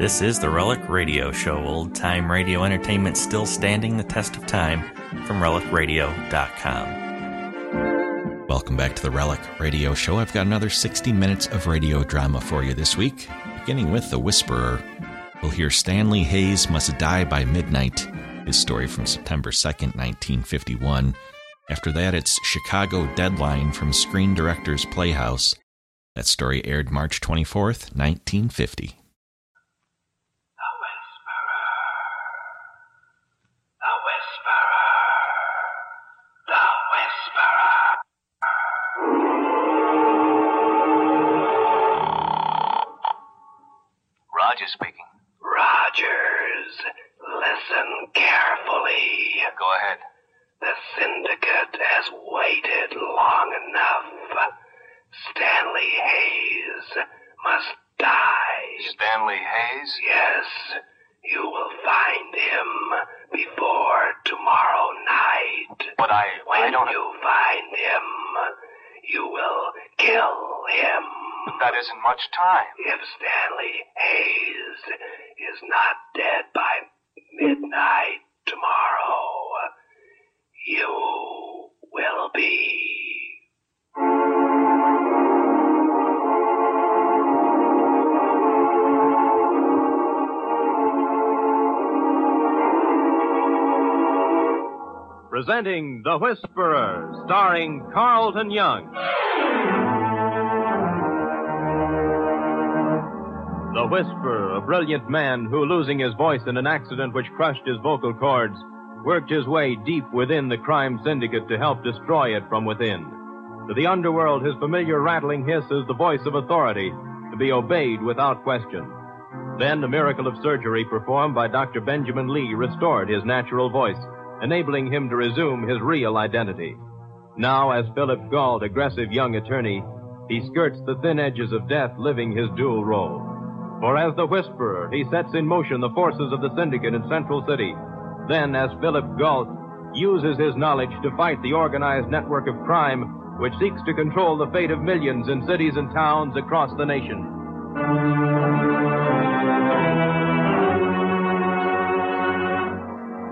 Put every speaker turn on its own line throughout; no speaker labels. This is the Relic Radio Show, old time radio entertainment still standing the test of time from relicradio.com. Welcome back to the Relic Radio Show. I've got another 60 minutes of radio drama for you this week, beginning with The Whisperer. We'll hear Stanley Hayes Must Die by Midnight, his story from September 2nd, 1951. After that, it's Chicago Deadline from Screen Directors Playhouse. That story aired March 24th, 1950.
The Whisperer. The Whisperer. The Whisperer.
Roger speaking.
Rogers, listen carefully.
Go ahead.
The syndicate has waited long enough. Stanley Hayes must die.
Stanley Hayes?
Yes, you will find him before tomorrow night.
But I,
When
I don't.
you find him, you will kill him.
That isn't much time.
If Stanley Hayes is not dead by midnight tomorrow, you will be.
presenting The Whisperer, starring Carlton Young. The Whisperer, a brilliant man who, losing his voice in an accident which crushed his vocal cords, worked his way deep within the crime syndicate to help destroy it from within. To the underworld, his familiar rattling hiss is the voice of authority, to be obeyed without question. Then a miracle of surgery performed by Dr. Benjamin Lee restored his natural voice, enabling him to resume his real identity. Now, as Philip Gault, aggressive young attorney, he skirts the thin edges of death, living his dual role. For as the Whisperer, he sets in motion the forces of the syndicate in Central City. Then, as Philip Gault uses his knowledge to fight the organized network of crime which seeks to control the fate of millions in cities and towns across the nation.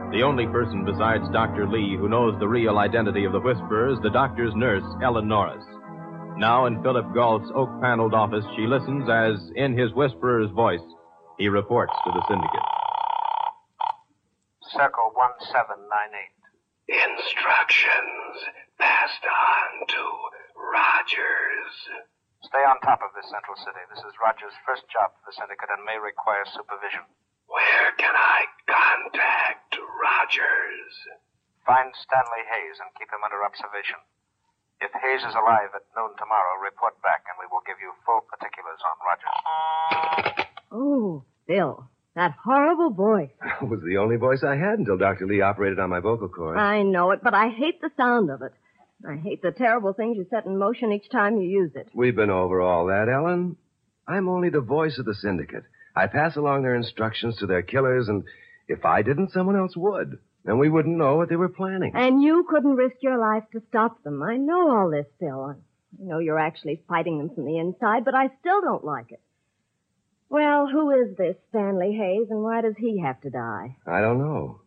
The only person besides Dr. Lee who knows the real identity of the whisperer is the doctor's nurse, Ellen Norris. Now, in Philip Galt's oak paneled office, she listens as, in his whisperer's voice, he reports to the syndicate.
Circle 1798.
Instructions passed on to Rogers.
Stay on top of this Central City. This is Roger's first job for the syndicate and may require supervision.
Where can I contact Rogers?
Find Stanley Hayes and keep him under observation. If Hayes is alive at noon tomorrow, report back and we will give you full particulars on Rogers.
Oh, Bill, that horrible voice.
That was the only voice I had until Dr. Lee operated on my vocal cords.
I know it, but I hate the sound of it. I hate the terrible things you set in motion each time you use it.
We've been over all that, Ellen. I'm only the voice of the syndicate. I pass along their instructions to their killers, and if I didn't, someone else would. And we wouldn't know what they were planning.
And you couldn't risk your life to stop them. I know all this, Bill. I know you're actually fighting them from the inside, but I still don't like it. Well, who is this Stanley Hayes, and why does he have to die?
I don't know.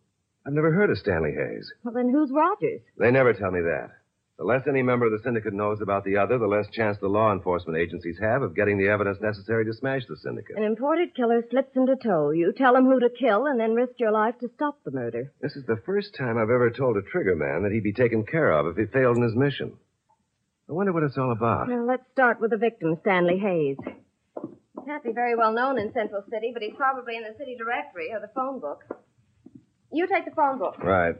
I've never heard of Stanley Hayes.
Well, then who's Rogers?
They never tell me that. The less any member of the syndicate knows about the other, the less chance the law enforcement agencies have of getting the evidence necessary to smash the syndicate.
An imported killer slips into tow. You tell him who to kill, and then risk your life to stop the murder.
This is the first time I've ever told a trigger man that he'd be taken care of if he failed in his mission. I wonder what it's all about.
Well, let's start with the victim, Stanley Hayes. Can't be very well known in Central City, but he's probably in the city directory or the phone book. You take the phone book.
Right.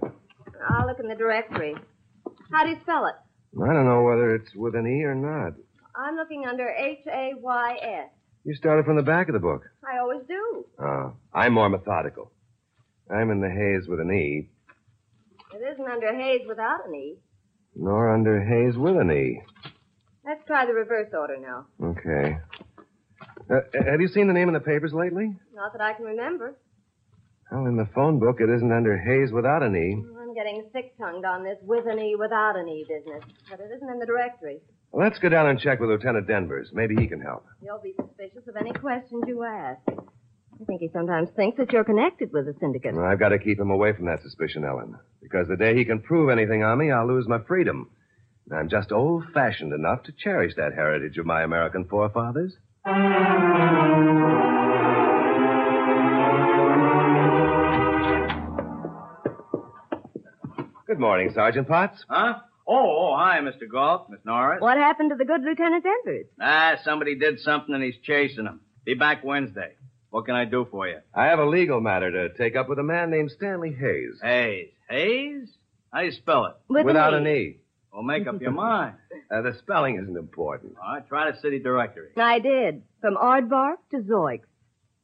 I'll look in the directory. How do you spell it?
I don't know whether it's with an E or not.
I'm looking under H A Y S.
You started from the back of the book.
I always do.
Oh, I'm more methodical. I'm in the haze with an E,
It isn't under Hayes without an E.
nor under haze with an E.
Let's try the reverse order now.
Okay. Uh, have you seen the name in the papers lately?
Not that I can remember.
Well, in the phone book, it isn't under Hayes without an E.
I'm getting sick tongued on this with an E without an E business, but it isn't in the directory.
Let's go down and check with Lieutenant Denvers. Maybe he can help.
You'll be suspicious of any questions you ask. I think he sometimes thinks that you're connected with the syndicate.
I've got to keep him away from that suspicion, Ellen. Because the day he can prove anything on me, I'll lose my freedom. And I'm just old fashioned enough to cherish that heritage of my American forefathers. Good morning, Sergeant Potts.
Huh? Oh, oh, hi, Mr. Galt, Miss Norris.
What happened to the good Lieutenant Denvers?
Ah, somebody did something and he's chasing him. Be back Wednesday. What can I do for you?
I have a legal matter to take up with a man named Stanley Hayes.
Hayes. Hayes? How do you spell it?
With
without
an
an E.
Well, make up your mind.
Uh, the spelling isn't important.
All right, try the city directory. Is
I did. From Aardvark to Zoig.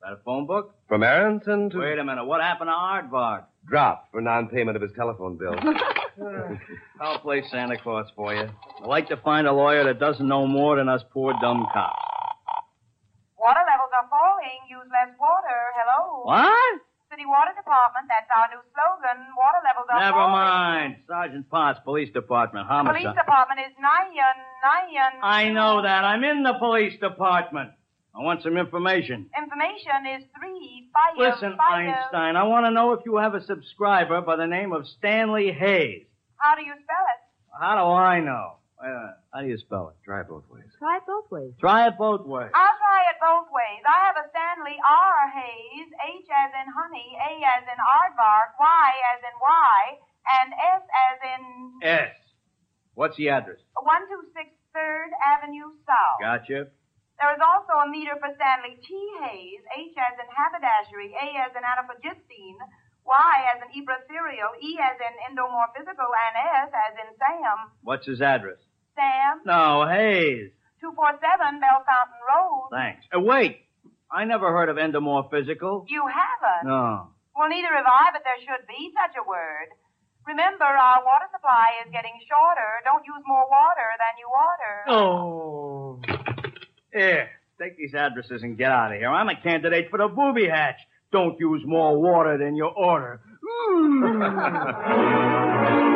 that a phone book?
From Aronson to
Wait a minute. What happened to Aardvark?
drop for non-payment of his telephone bill.
I'll play Santa Claus for you. I like to find a lawyer that doesn't know more than us poor dumb cops.
Water levels are falling. Use less water. Hello.
What?
City Water Department. That's our new slogan. Water levels are
Never
falling.
mind. Sergeant Potts, Police Department,
The police
homicide.
department is Nyan, Nyan.
I know that. I'm in the police department. I want some information.
Information is three, fire,
Listen,
fire.
Einstein, I want to know if you have a subscriber by the name of Stanley Hayes.
How do you spell it?
How do I know? Wait a minute. How do you spell it?
Try both ways.
Try it both ways.
Try it both ways.
I'll try it both ways. I have a Stanley R. Hayes, H as in honey, A as in aardvark, Y as in Y, and S as in
S. What's the address?
126 3rd Avenue South.
Gotcha.
There is also a meter for Stanley T. Hayes, H as in haberdashery, A as in anaphagistine, Y as in ebrotherial, E as in endomorphizical, and S as in Sam.
What's his address?
Sam,
No, Hayes.
247 Bell Fountain Road.
Thanks. Uh, wait. I never heard of endomorph physical.
You haven't?
No.
Well, neither have I, but there should be such a word. Remember, our water supply is getting shorter. Don't use more water than you order.
Oh. Here, take these addresses and get out of here. I'm a candidate for the booby hatch. Don't use more water than you order.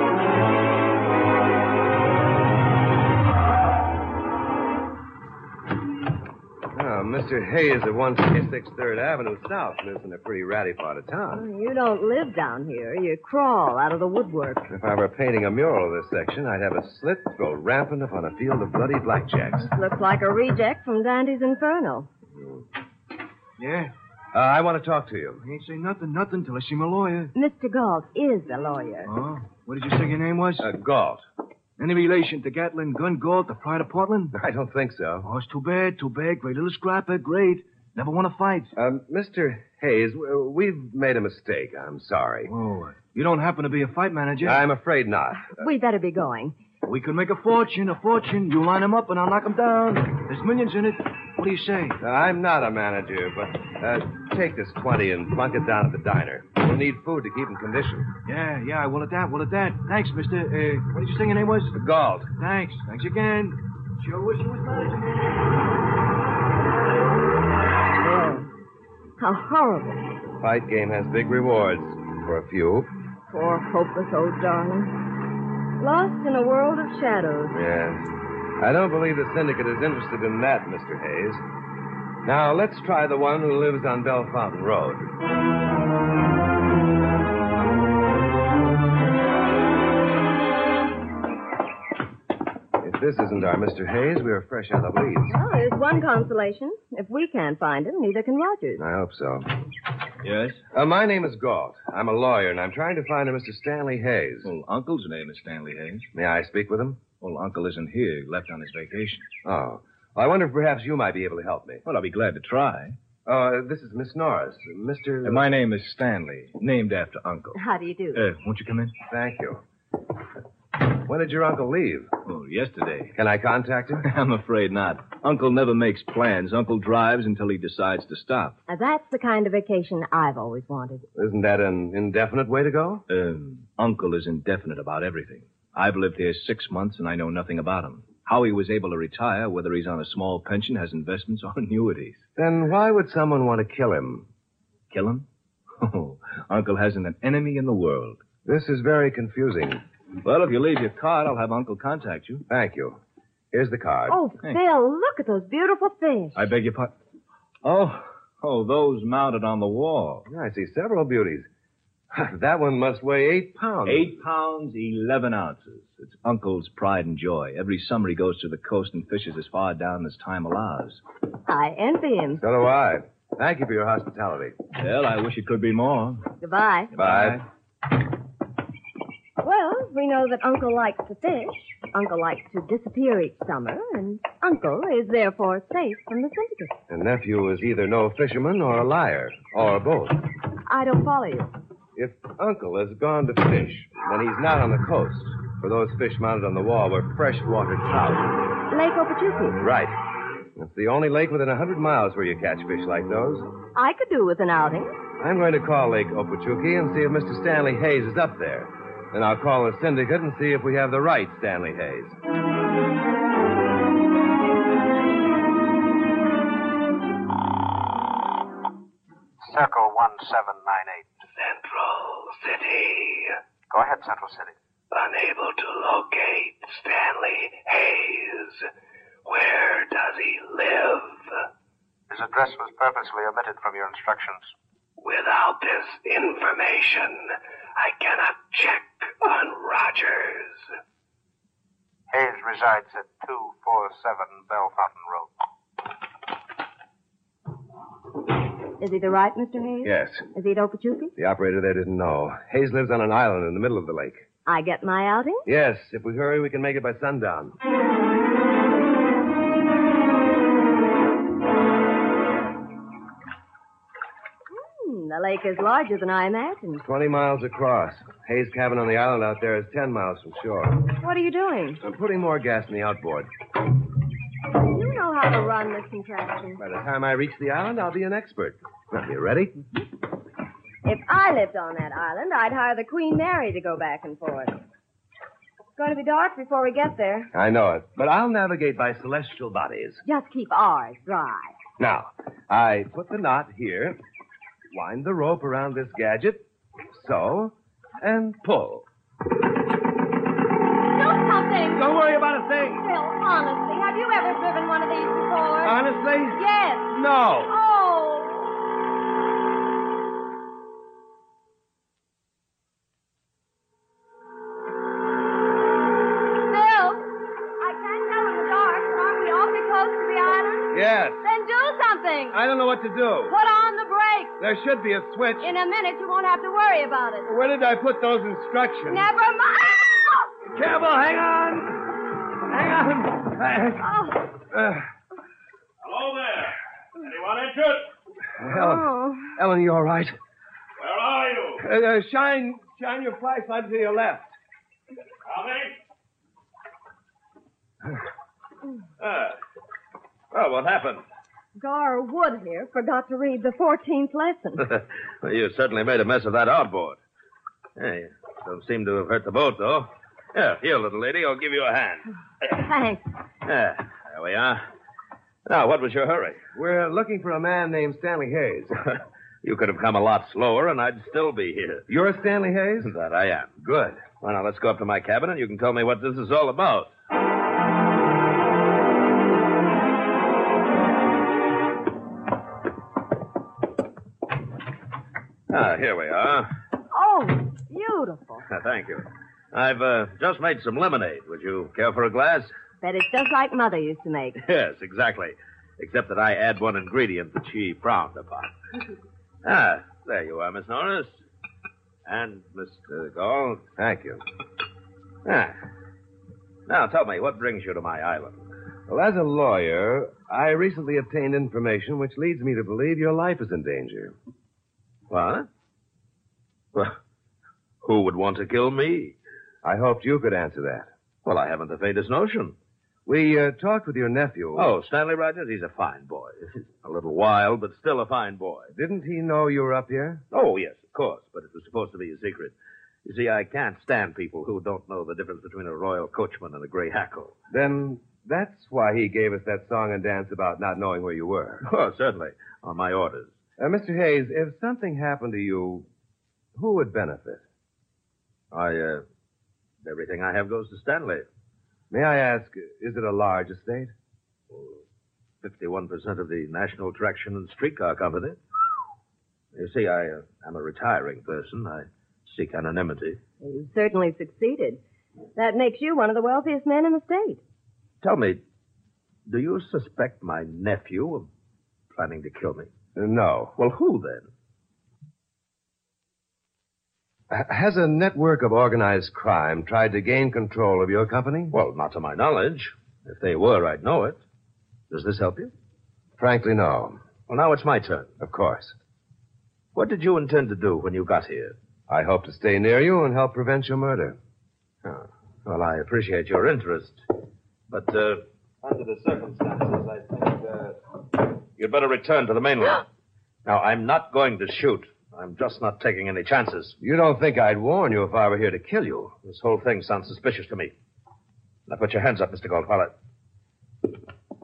Oh, Mr. Hayes at 126 3rd Avenue South lives in a pretty ratty part of town.
Oh, You don't live down here. You crawl out of the woodwork.
If I were painting a mural of this section, I'd have a slit throat rampant upon a field of bloody blackjacks.
Looks like a reject from Dante's Inferno.
Yeah,
Uh, I want to talk to you.
I ain't say nothing, nothing till I see my lawyer.
Mr. Galt is a lawyer.
Oh, what did you say your name was?
Uh, Galt.
Any relation to Gatlin Gun Gold, the pride of Portland?
I don't think so.
Oh, it's too bad, too bad. Great little scrapper, great. Never won a fight.
Um, Mr. Hayes, w- we've made a mistake. I'm sorry.
Oh, you don't happen to be a fight manager?
I'm afraid not.
We better be going.
We can make a fortune, a fortune. You line 'em up and I'll knock 'em down. There's millions in it. What do you say?
Uh, I'm not a manager, but uh, take this 20 and plunk it down at the diner. We'll need food to keep in condition.
Yeah, yeah, will it that, will it that. Thanks, mister. Uh, what did you say your name was?
Galt.
Thanks, thanks again. Sure wish you was manager.
Bill, how horrible.
Fight game has big rewards for a few.
Poor hopeless old darling. Lost in a world of shadows.
Yes. I don't believe the syndicate is interested in that, Mr. Hayes. Now, let's try the one who lives on Bell Fountain Road. If this isn't our Mr. Hayes, we are fresh out of Leeds.
Well, there's Oh, one consolation. If we can't find him, neither can Rogers.
I hope so.
Yes?
Uh, my name is Galt. I'm a lawyer, and I'm trying to find a Mr. Stanley Hayes.
Well, Uncle's name is Stanley Hayes.
May I speak with him?
Well, Uncle isn't here. He left on his vacation.
Oh. I wonder if perhaps you might be able to help me.
Well, I'll be glad to try.
Uh, this is Miss Norris. Mr.
Uh, my name is Stanley, named after Uncle.
How do you do?
Uh, won't you come in?
Thank you. When did your uncle leave?
Oh, yesterday.
Can I contact him?
I'm afraid not. Uncle never makes plans. Uncle drives until he decides to stop.
Now, that's the kind of vacation I've always wanted.
Isn't that an indefinite way to go?
Um, Uncle is indefinite about everything. I've lived here six months and I know nothing about him. How he was able to retire, whether he's on a small pension, has investments, or annuities.
Then why would someone want to kill him?
Kill him? Oh, Uncle hasn't an enemy in the world.
This is very confusing.
Well, if you leave your card, I'll have Uncle contact you.
Thank you. Here's the card.
Oh, Phil, look at those beautiful fish.
I beg your pardon. Oh, oh, those mounted on the wall.
I see several beauties. that one must weigh eight pounds.
Eight pounds, eleven ounces. It's Uncle's pride and joy. Every summer he goes to the coast and fishes as far down as time allows.
I envy him.
So do I. Thank you for your hospitality.
Well, I wish it could be more.
Goodbye.
Bye.
Well, we know that Uncle likes to fish. Uncle likes to disappear each summer, and Uncle is therefore safe from the syndicate.
The nephew is either no fisherman or a liar, or both.
I don't follow you.
If Uncle has gone to fish, then he's not on the coast, for those fish mounted on the wall were freshwater trout.
Lake Okeechobee.
Right. It's the only lake within a 100 miles where you catch fish like those.
I could do with an outing.
I'm going to call Lake Okeechobee and see if Mr. Stanley Hayes is up there. Then I'll call the syndicate and see if we have the right Stanley Hayes.
Circle 1798.
Central City.
Go ahead, Central City.
Unable to locate Stanley Hayes. Where does he live?
His address was purposely omitted from your instructions.
Without this information, I cannot check on Rogers.
Hayes resides at 247 Bell Fountain Road.
Is he the right Mr. Hayes?
Yes.
Is he at Okeechobee?
The operator there didn't know. Hayes lives on an island in the middle of the lake.
I get my outing?
Yes, if we hurry, we can make it by sundown.
Hmm, the lake is larger than I imagined.
20 miles across. Hayes' cabin on the island out there is 10 miles from shore.
What are you doing?
I'm putting more gas in the outboard.
You know how to run this contraption.
By the time I reach the island, I'll be an expert. Now, you ready?
If I lived on that island, I'd hire the Queen Mary to go back and forth. It's going to be dark before we get there.
I know it, but I'll navigate by celestial bodies.
Just keep ours dry.
Now, I put the knot here, wind the rope around this gadget, so, and pull.
Don't something!
Don't worry about a thing.
Phil, honestly, have you ever driven one of these before?
Honestly,
yes.
no.
Oh. Phil, I can't tell in the dark, but aren't we awfully close to the island?
Yes.
Then do something.
I don't know what to do.
Put on the brakes.
There should be a switch.
In a minute, you won't have to worry about it.
Where did I put those instructions?
Never mind.
Careful, hang on. Hang on.
Oh.
Uh,
Hello there. Anyone injured?
Ellen,
oh.
Ellen, you all right?
Where are you?
Uh, uh, shine, shine your flashlight to your left.
Tommy?
Ah. Well, what happened?
Gar Wood here forgot to read the 14th lesson.
well, you certainly made a mess of that outboard. Hey, don't seem to have hurt the boat, though. Yeah, here, little lady, I'll give you a hand.
Thanks.
Yeah, there we are. Now, what was your hurry? We're looking for a man named Stanley Hayes. you could have come a lot slower, and I'd still be here. You're Stanley Hayes? That I am. Good. Well, now, let's go up to my cabin, and you can tell me what this is all about. Ah, here we are.
Oh, beautiful.
Thank you. I've uh, just made some lemonade. Would you care for a glass?
That is just like Mother used to make.
Yes, exactly. Except that I add one ingredient that she frowned upon. ah, there you are, Miss Norris. And Mr. Gall. Thank you. Ah. Now, tell me, what brings you to my island? Well, as a lawyer, I recently obtained information which leads me to believe your life is in danger. What? Well, who would want to kill me? I hoped you could answer that. Well, I haven't the faintest notion. We uh, talked with your nephew. Oh, Stanley Rogers? He's a fine boy. a little wild, but still a fine boy. Didn't he know you were up here? Oh, yes, of course, but it was supposed to be a secret. You see, I can't stand people who don't know the difference between a royal coachman and a gray hackle. Then that's why he gave us that song and dance about not knowing where you were. Oh, certainly. On my orders.
Uh, Mr. Hayes, if something happened to you, who would benefit?
I, uh, everything I have goes to Stanley.
May I ask, is it a large estate?
51% of the National Traction and Streetcar Company. You see, I uh, am a retiring person. I seek anonymity.
You certainly succeeded. That makes you one of the wealthiest men in the state.
Tell me, do you suspect my nephew of planning to kill me?
No.
Well, who then?
H- uh, has a network of organized crime tried to gain control of your company?
Well, not to my knowledge. If they were, I'd know it. Does this help you?
Frankly, no.
Well, now it's my turn.
Of course.
What did you intend to do when you got here?
I hope to stay near you and help prevent your murder.
Oh, well, I appreciate your interest. But, uh, under the circumstances, I think, uh, you'd better return to the mainland. now, I'm not going to shoot. I'm just not taking any chances.
You don't think I'd warn you if I were here to kill you?
This whole thing sounds suspicious to me. Now, put your hands up, Mr. Goldwallet.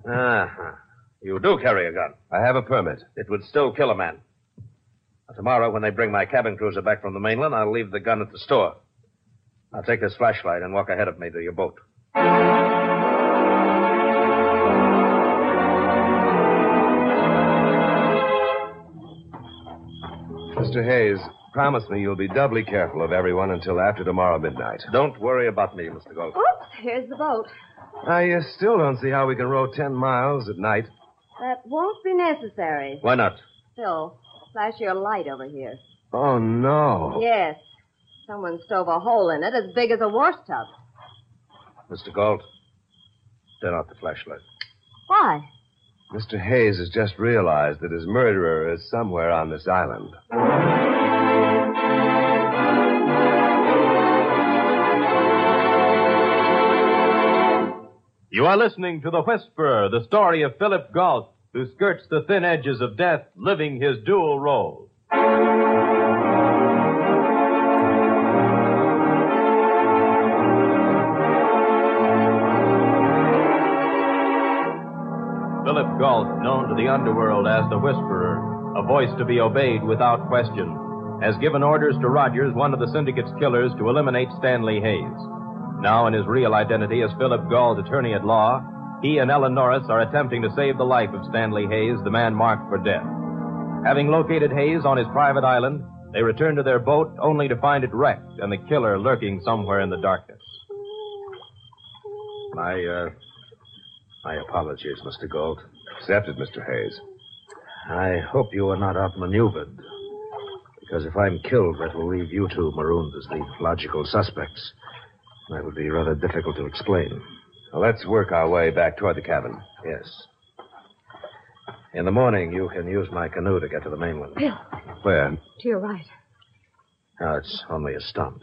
Uh-huh. You do carry a gun.
I have a permit.
It would still kill a man. Now, tomorrow, when they bring my cabin cruiser back from the mainland, I'll leave the gun at the store. Now take this flashlight and walk ahead of me to your boat.
Mr. Hayes, promise me you'll be doubly careful of everyone until after tomorrow midnight.
Don't worry about me, Mr. Gold.
Oops, here's the boat.
I uh, still don't see how we can row ten miles at night.
That won't be necessary.
Why not?
Phil, flash your light over here.
Oh, no.
Yes. Someone stove a hole in it as big as a washtub.
Mr. Galt, turn out the flashlight.
Why?
Mr. Hayes has just realized that his murderer is somewhere on this island.
You are listening to The Whisperer, the story of Philip Galt, who skirts the thin edges of death, living his dual role. Philip Galt, known to the underworld as the Whisperer, a voice to be obeyed without question, has given orders to Rogers, one of the syndicate's killers, to eliminate Stanley Hayes. Now, in his real identity as Philip Galt, attorney at law, he and Ellen Norris are attempting to save the life of Stanley Hayes, the man marked for death. Having located Hayes on his private island, they return to their boat only to find it wrecked and the killer lurking somewhere in the darkness.
My, uh, my apologies, Mr. Gold.
Accepted, Mr. Hayes.
I hope you are not outmaneuvered. Because if I'm killed, that will leave you two marooned as the logical suspects. That would be rather difficult to explain.
Now, let's work our way back toward the cabin.
Yes. In the morning, you can use my canoe to get to the mainland.
Bill,
Where?
to your right.
No, it's only a stump.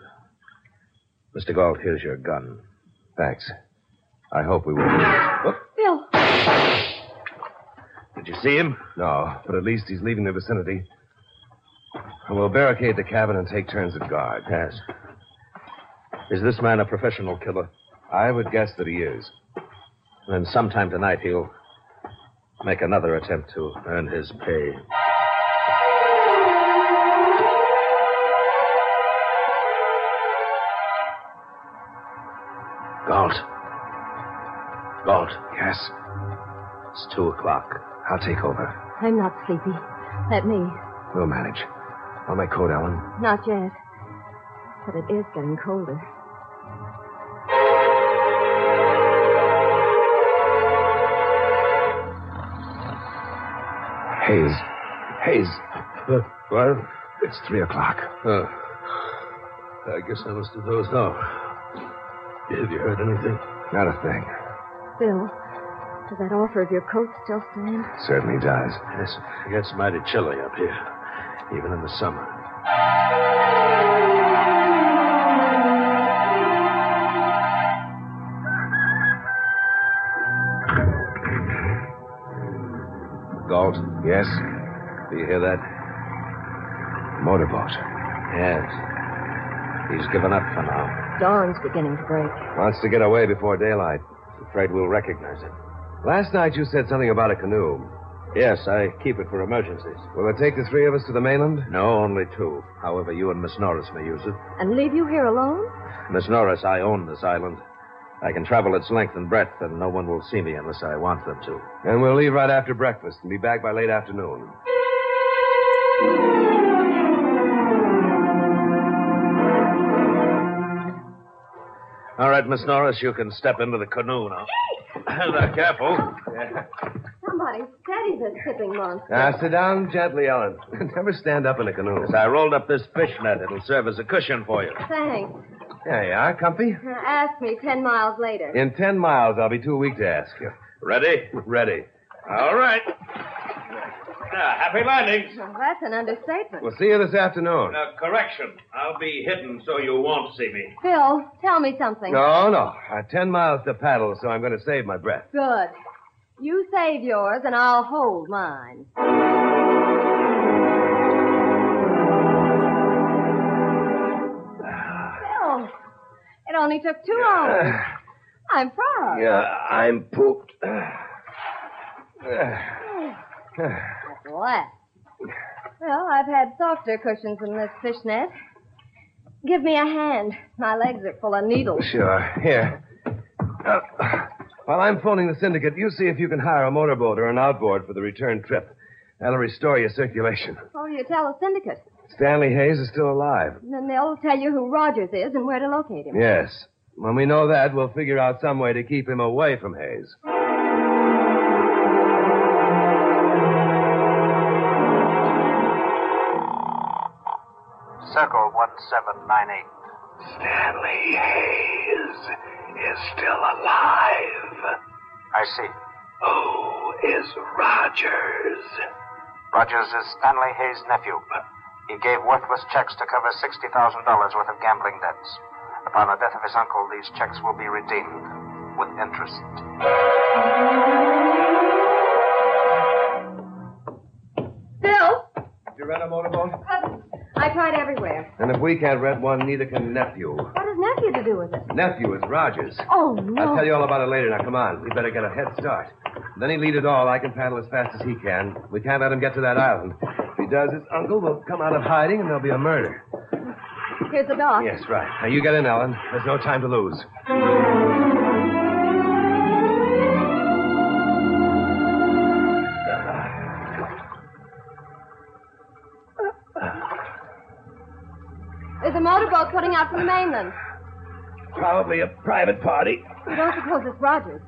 Mr. Galt, here's your gun.
Thanks. I hope we will. Oop.
Bill,
Did you see him?
No, but at least he's leaving the vicinity. We'll barricade the cabin and take turns at guard.
Yes. Is this man a professional killer?
I would guess that he is.
Then sometime tonight he'll make another attempt to earn his pay. Galt. Galt.
Yes,
It's two o'clock.
I'll take over.
I'm not sleepy. Let me.
We'll manage. On my coat, Ellen.
Not yet. But it is getting colder.
Hayes. Hayes.
Well,
It's three o'clock.
uh, I guess I must have dozed off. Have you heard anything?
Not a thing.
Bill, does that offer of your coat still stand?
Certainly does.
Yes, it gets mighty chilly up here, even in the summer.
Galt? Yes.
Do you hear that?
Motorboat.
Yes. He's given up for now.
Dawn's beginning to break.
Wants to get away before daylight.
Afraid we'll recognize him.
Last night you said something about a canoe.
Yes, I keep it for emergencies.
Will it take the three of us to the mainland?
No, only two. However, you and Miss Norris may use it.
And leave you here alone?
Miss Norris, I own this island. I can travel its length and breadth, and no one will see me unless I want them to.
And we'll leave right after breakfast and be back by late afternoon.
All right, Miss Norris, you can step into the canoe now. Now, careful.
Somebody steady this tipping monster.
Now, sit down gently, Ellen. Never stand up in a canoe. As I
rolled up this fishnet, it'll serve as a cushion for you.
Thanks.
There you are, comfy.
Uh, Ask me ten miles later.
In ten miles, I'll be too weak to ask you.
Ready? Ready. All right. Now, happy landings.
Well, that's an understatement.
Ah, We'll see you this afternoon.
Now, correction. I'll be hidden so you won't see me.
Phil, tell me something.
No, no. Uh, ten miles to paddle, so I'm going to save my breath.
Good. You save yours, and I'll hold mine. Phil, it only took two hours. I'm proud.
Yeah, I'm pooped.
At last. Oh, Well, I've had softer cushions than this fishnet. Give me a hand. My legs are full of needles.
Sure. Here. Uh, while I'm phoning the syndicate, you see if you can hire a motorboat or an outboard for the return trip. That'll restore your circulation.
Oh, you tell the syndicate.
Stanley Hayes is still alive.
And then they'll tell you who Rogers is and where to locate him.
Yes. When we know that, we'll figure out some way to keep him away from Hayes.
Circle 1798.
Stanley Hayes is still alive.
I see.
Who is Rogers?
Rogers is Stanley Hayes' nephew. He gave worthless checks to cover $60,000 worth of gambling debts. Upon the death of his uncle, these checks will be redeemed with interest.
Phil,
Did you rent a motorboat?
I tried everywhere.
And if we can't rent one, neither can nephew.
What does nephew to do with it?
Nephew is Rogers.
Oh, no.
I'll tell you all about it later. Now, come on. We better get a head start. Then he lead it all. I can paddle as fast as he can. We can't let him get to that island. If he does, his uncle will come out of hiding and there'll be a murder.
Here's the dock.
Yes, right. Now, you get in, Ellen. There's no time to lose.
There's a motorboat putting out from the mainland.
Probably a private party.
You don't suppose it's Rogers?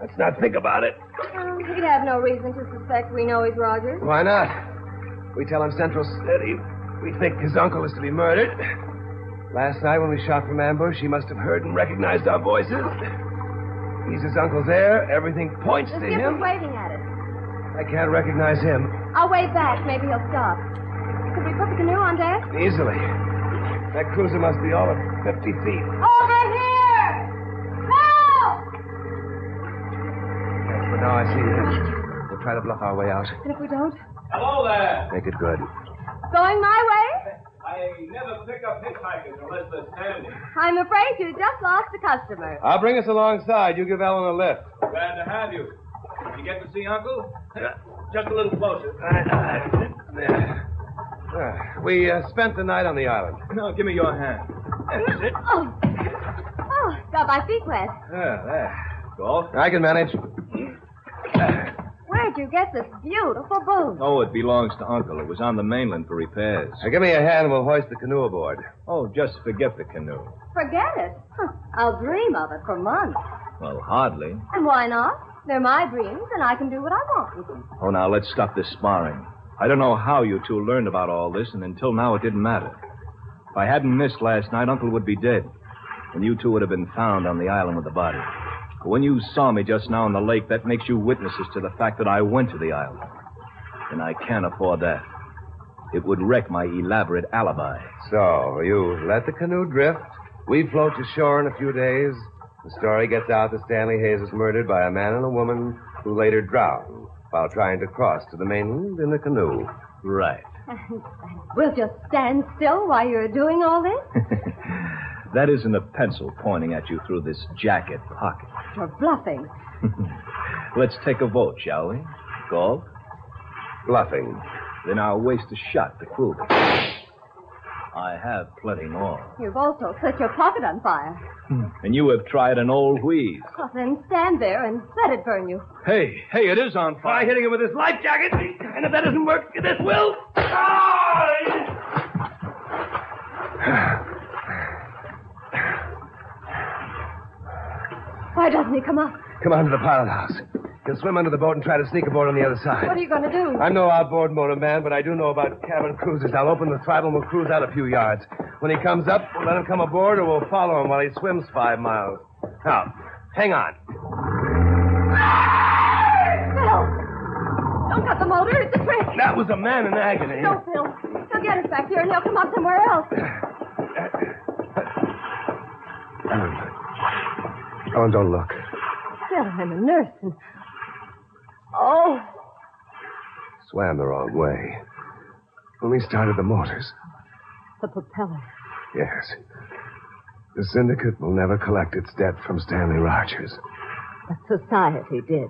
Let's not think about it.
Well, he'd have no reason to suspect we know he's Rogers.
Why not? We tell him Central City. We think his uncle is to be murdered. Last night when we shot from ambush, he must have heard and recognized our voices. He's his uncle's heir. Everything points
the
to
skipper's
him.
waving at us.
I can't recognize him.
I'll wave back. Maybe he'll stop. Could we put the canoe on deck?
Easily. That cruiser must be all of 50 feet.
Over here! Phil!
Yes, but now I see it. We'll try to bluff our way out.
And if we don't?
Hello there.
Make it good.
Going my way?
I never pick up hitchhikers unless they're standing.
I'm afraid you just lost a customer.
I'll bring us alongside. You give Ellen a lift.
Glad to have you. Did you get to see Uncle? Just a little closer.
Ah, We uh, spent the night on the island.
Now, give me your hand. That's it.
Oh. Oh, got my feet wet.
Ah, there.
Golf?
I can manage.
Where'd you get this beautiful boat?
Oh, it belongs to Uncle. It was on the mainland for repairs.
Now, give me a hand and we'll hoist the canoe aboard.
Oh, just forget the canoe.
Forget it. Huh, I'll dream of it for months.
Well, hardly.
And why not? They're my dreams, and I can do what I want with them.
Oh, now let's stop this sparring. I don't know how you two learned about all this, and until now it didn't matter. If I hadn't missed last night, Uncle would be dead, and you two would have been found on the island with the body. But when you saw me just now on the lake, that makes you witnesses to the fact that I went to the island. And I can't afford that. It would wreck my elaborate alibi.
So, you let the canoe drift. We float to shore in a few days. The story gets out that Stanley Hayes was murdered by a man and a woman who later drowned while trying to cross to the mainland in a canoe.
Right.
We'll just stand still while you're doing all this?
That isn't a pencil pointing at you through this jacket pocket.
You're bluffing.
Let's take a vote, shall we?
Gaul? Bluffing. Then I'll waste a shot to prove it. I have plenty more.
You've also set your pocket on fire.
And you have tried an old wheeze.
Well, then stand there and let it burn you.
Hey, hey, it is on fire.
Try hitting him with his life jacket. And if that doesn't work, this will.
Ah!
Why doesn't he come up?
Come on to the pilot house. You can swim under the boat and try to sneak aboard on the other side.
What are you going to do?
I'm no outboard motor man, but I do know about cabin cruisers. I'll open the throttle and we'll cruise out a few yards. When he comes up, we'll let him come aboard or we'll follow him while he swims five miles. Now, hang on.
Phil! Don't cut the motor. It's a trick.
That was a man in agony.
No, Phil. He'll get us back here and he'll come up somewhere else.
Ellen. Ellen, don't look.
Phil, I'm a nurse. And... Oh,
Swam the wrong way. Only started the motors.
the propeller.
Yes. The syndicate will never collect its debt from Stanley Rogers.
But society did.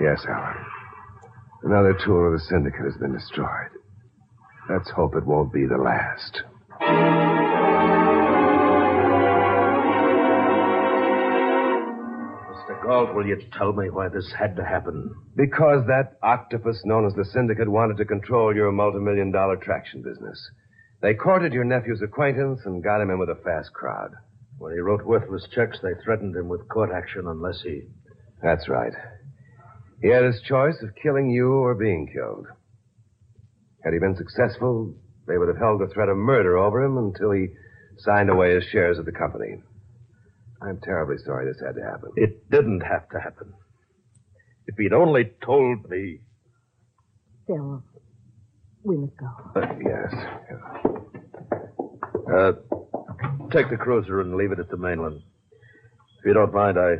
Yes, Alan. Another tour of the syndicate has been destroyed. Let's hope it won't be the last.
Mr. Galt, will you tell me why this had to happen?
Because that octopus known as the syndicate wanted to control your multimillion dollar traction business. They courted your nephew's acquaintance and got him in with a fast crowd.
When he wrote worthless checks, they threatened him with court action unless he.
That's right. He had his choice of killing you or being killed. Had he been successful, they would have held the threat of murder over him until he signed away his shares of the company. I'm terribly sorry this had to happen.
It didn't have to happen. If he'd only told me.
Phil, we must go.
yes. Uh, take the cruiser and leave it at the mainland. If you don't mind, I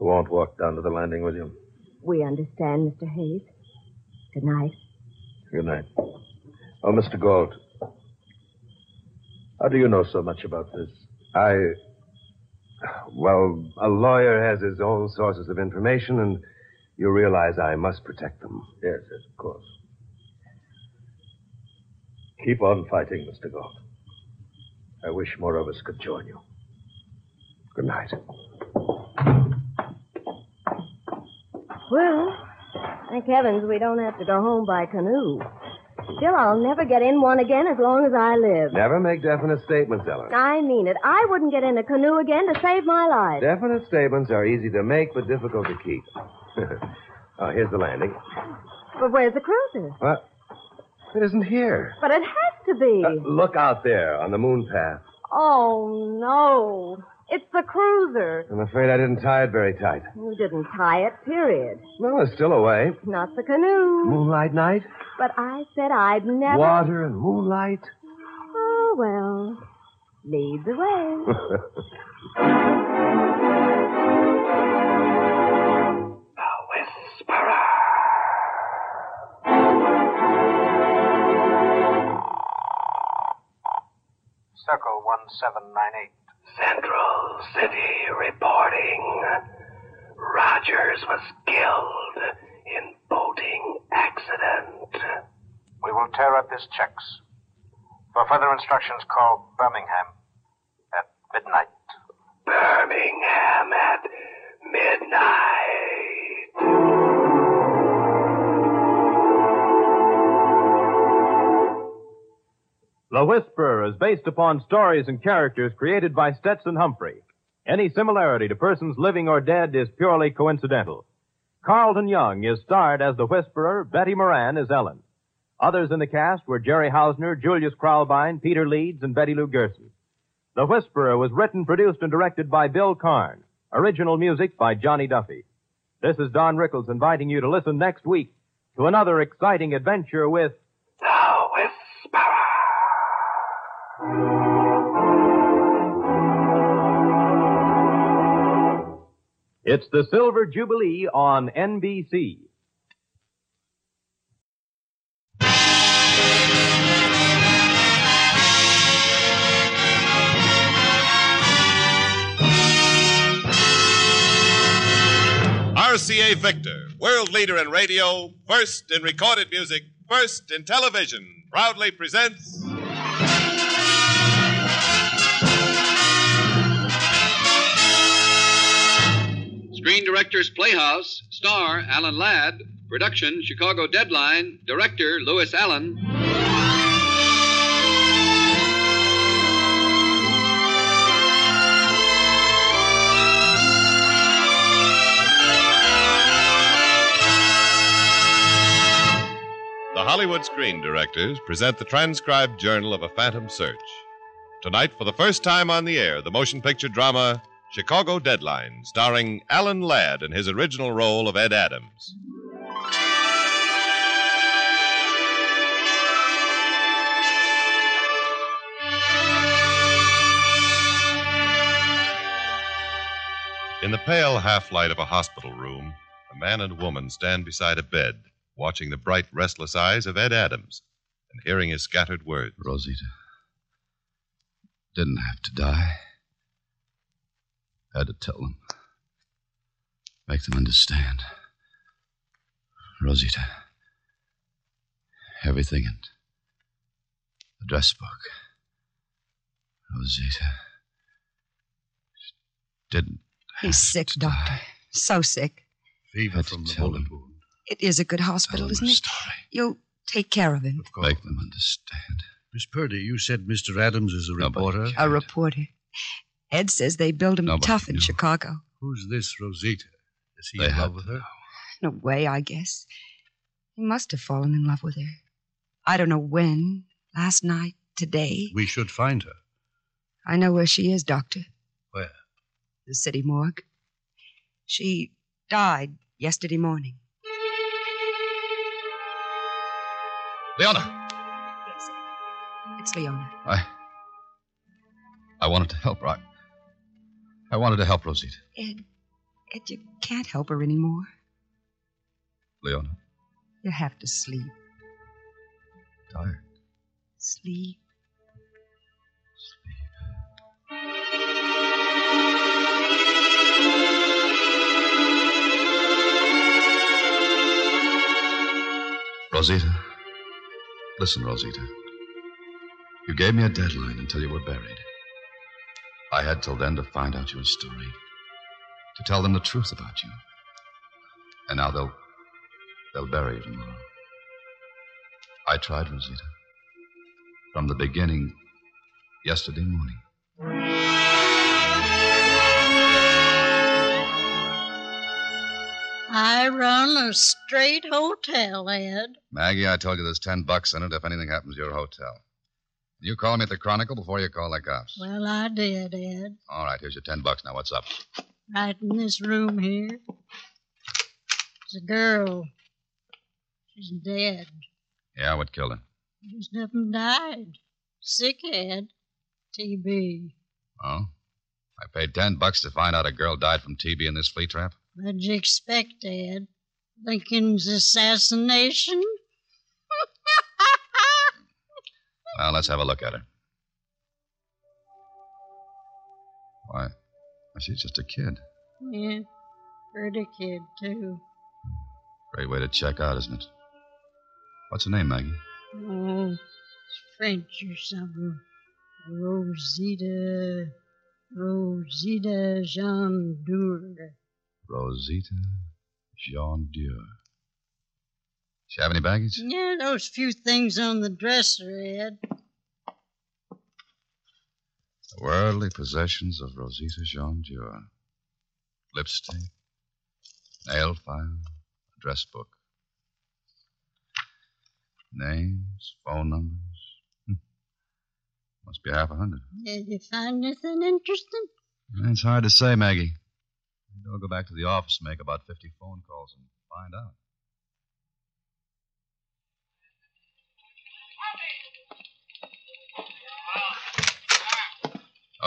won't walk down to the landing with you.
We understand, Mr. Hayes. Good night.
Good night. Oh, Mr. Galt, how do you know so much about this?
I. Well, a lawyer has his own sources of information, and you realize I must protect them.
Yes, yes, of course. Keep on fighting, Mr. Galt. I wish more of us could join you.
Good night.
Well, thank heavens we don't have to go home by canoe. Still, I'll never get in one again as long as I live.
Never make definite statements, Ellen.
I mean it. I wouldn't get in a canoe again to save my life.
Definite statements are easy to make, but difficult to keep. oh, here's the landing.
But where's the cruiser?
What? It isn't here. Uh,
But it has to be.
Look out there on the moon path.
oh, no. It's the cruiser.
I'm afraid I didn't tie it very tight.
You didn't tie it, period.
Well, it's still away.
Not the canoe.
Moonlight night,
But I said I'd never.
water and moonlight.
Oh, well. Lead the way.
Circle 1798.
Central City reporting. Rogers was killed in boating accident.
We will tear up his checks. For further instructions, call Birmingham at midnight.
Birmingham at midnight.
The Whisperer is based upon stories and characters created by Stetson Humphrey. Any similarity to persons living or dead is purely coincidental. Carlton Young is starred as the Whisperer, Betty Moran is Ellen. Others in the cast were Jerry Hausner, Julius Kralbein, Peter Leeds, and Betty Lou Gerson. The Whisperer was written, produced, and directed by Bill Karn. Original music by Johnny Duffy. This is Don Rickles inviting you to listen next week to another exciting adventure with It's the Silver Jubilee on NBC.
Our RCA Victor, world leader in radio, first in recorded music, first in television, proudly presents.
Screen Directors Playhouse, star Alan Ladd, production Chicago Deadline, director Lewis Allen.
The Hollywood Screen Directors present the transcribed journal of a phantom search. Tonight, for the first time on the air, the motion picture drama Chicago Deadline, starring Alan Ladd in his original role of Ed Adams. In the pale half light of a hospital room, a man and woman stand beside a bed, watching the bright, restless eyes of Ed Adams and hearing his scattered words.
Rosita didn't have to die. Had to tell them. Make them understand. Rosita. Everything in the dress book. Rosita. She Didn't.
He's sick, Doctor. So sick.
Fever from the bullet wound.
It is a good hospital, isn't it? You'll take care of him.
Make them understand.
Miss Purdy, you said Mr. Adams is a reporter.
A reporter. Ed says they build him
Nobody
tough in Chicago.
Who's this Rosita? Is he in love with her?
In a way, I guess. He must have fallen in love with her. I don't know when. Last night, today.
We should find her.
I know where she is, Doctor.
Where?
The city morgue. She died yesterday morning.
Leona,
Yes, Ed. It's Leona.
I. I wanted to help her. I, I wanted to help Rosita.
Ed, Ed, you can't help her anymore.
Leona,
You have to sleep.
tired.
Sleep.
Rosita, listen, Rosita. You gave me a deadline until you were buried. I had till then to find out your story, to tell them the truth about you. And now they'll they'll bury you tomorrow. I tried, Rosita. From the beginning, yesterday morning.
I run a straight hotel, Ed.
Maggie, I told you there's ten bucks in it if anything happens to your hotel. You call me at the Chronicle before you call the cops.
Well, I did, Ed.
All right, here's your ten bucks. Now what's up?
Right in this room here. There's a girl. She's dead.
Yeah, what killed her?
Just up and died. Sick, Ed. TB.
Oh? I paid ten bucks to find out a girl died from TB in this flea trap?
What'd you expect, Ed? Lincoln's assassination?
Well, let's have a look at her. Why? why, She's just a kid.
Yeah. Pretty kid, too.
Great way to check out, isn't it? What's her name, Maggie?
Oh, it's French or something. Rosita. Rosita Jean Dure.
Rosita Jean Dieu. She have any baggage?
Yeah, those few things on the dresser, Ed.
The worldly possessions of Rosita Jean Dieu. Lipstick, nail file, address book. Names, phone numbers. Hmm. Must be half a hundred.
Did you find anything interesting?
It's hard to say, Maggie. Maybe I'll go back to the office and make about 50 phone calls and find out.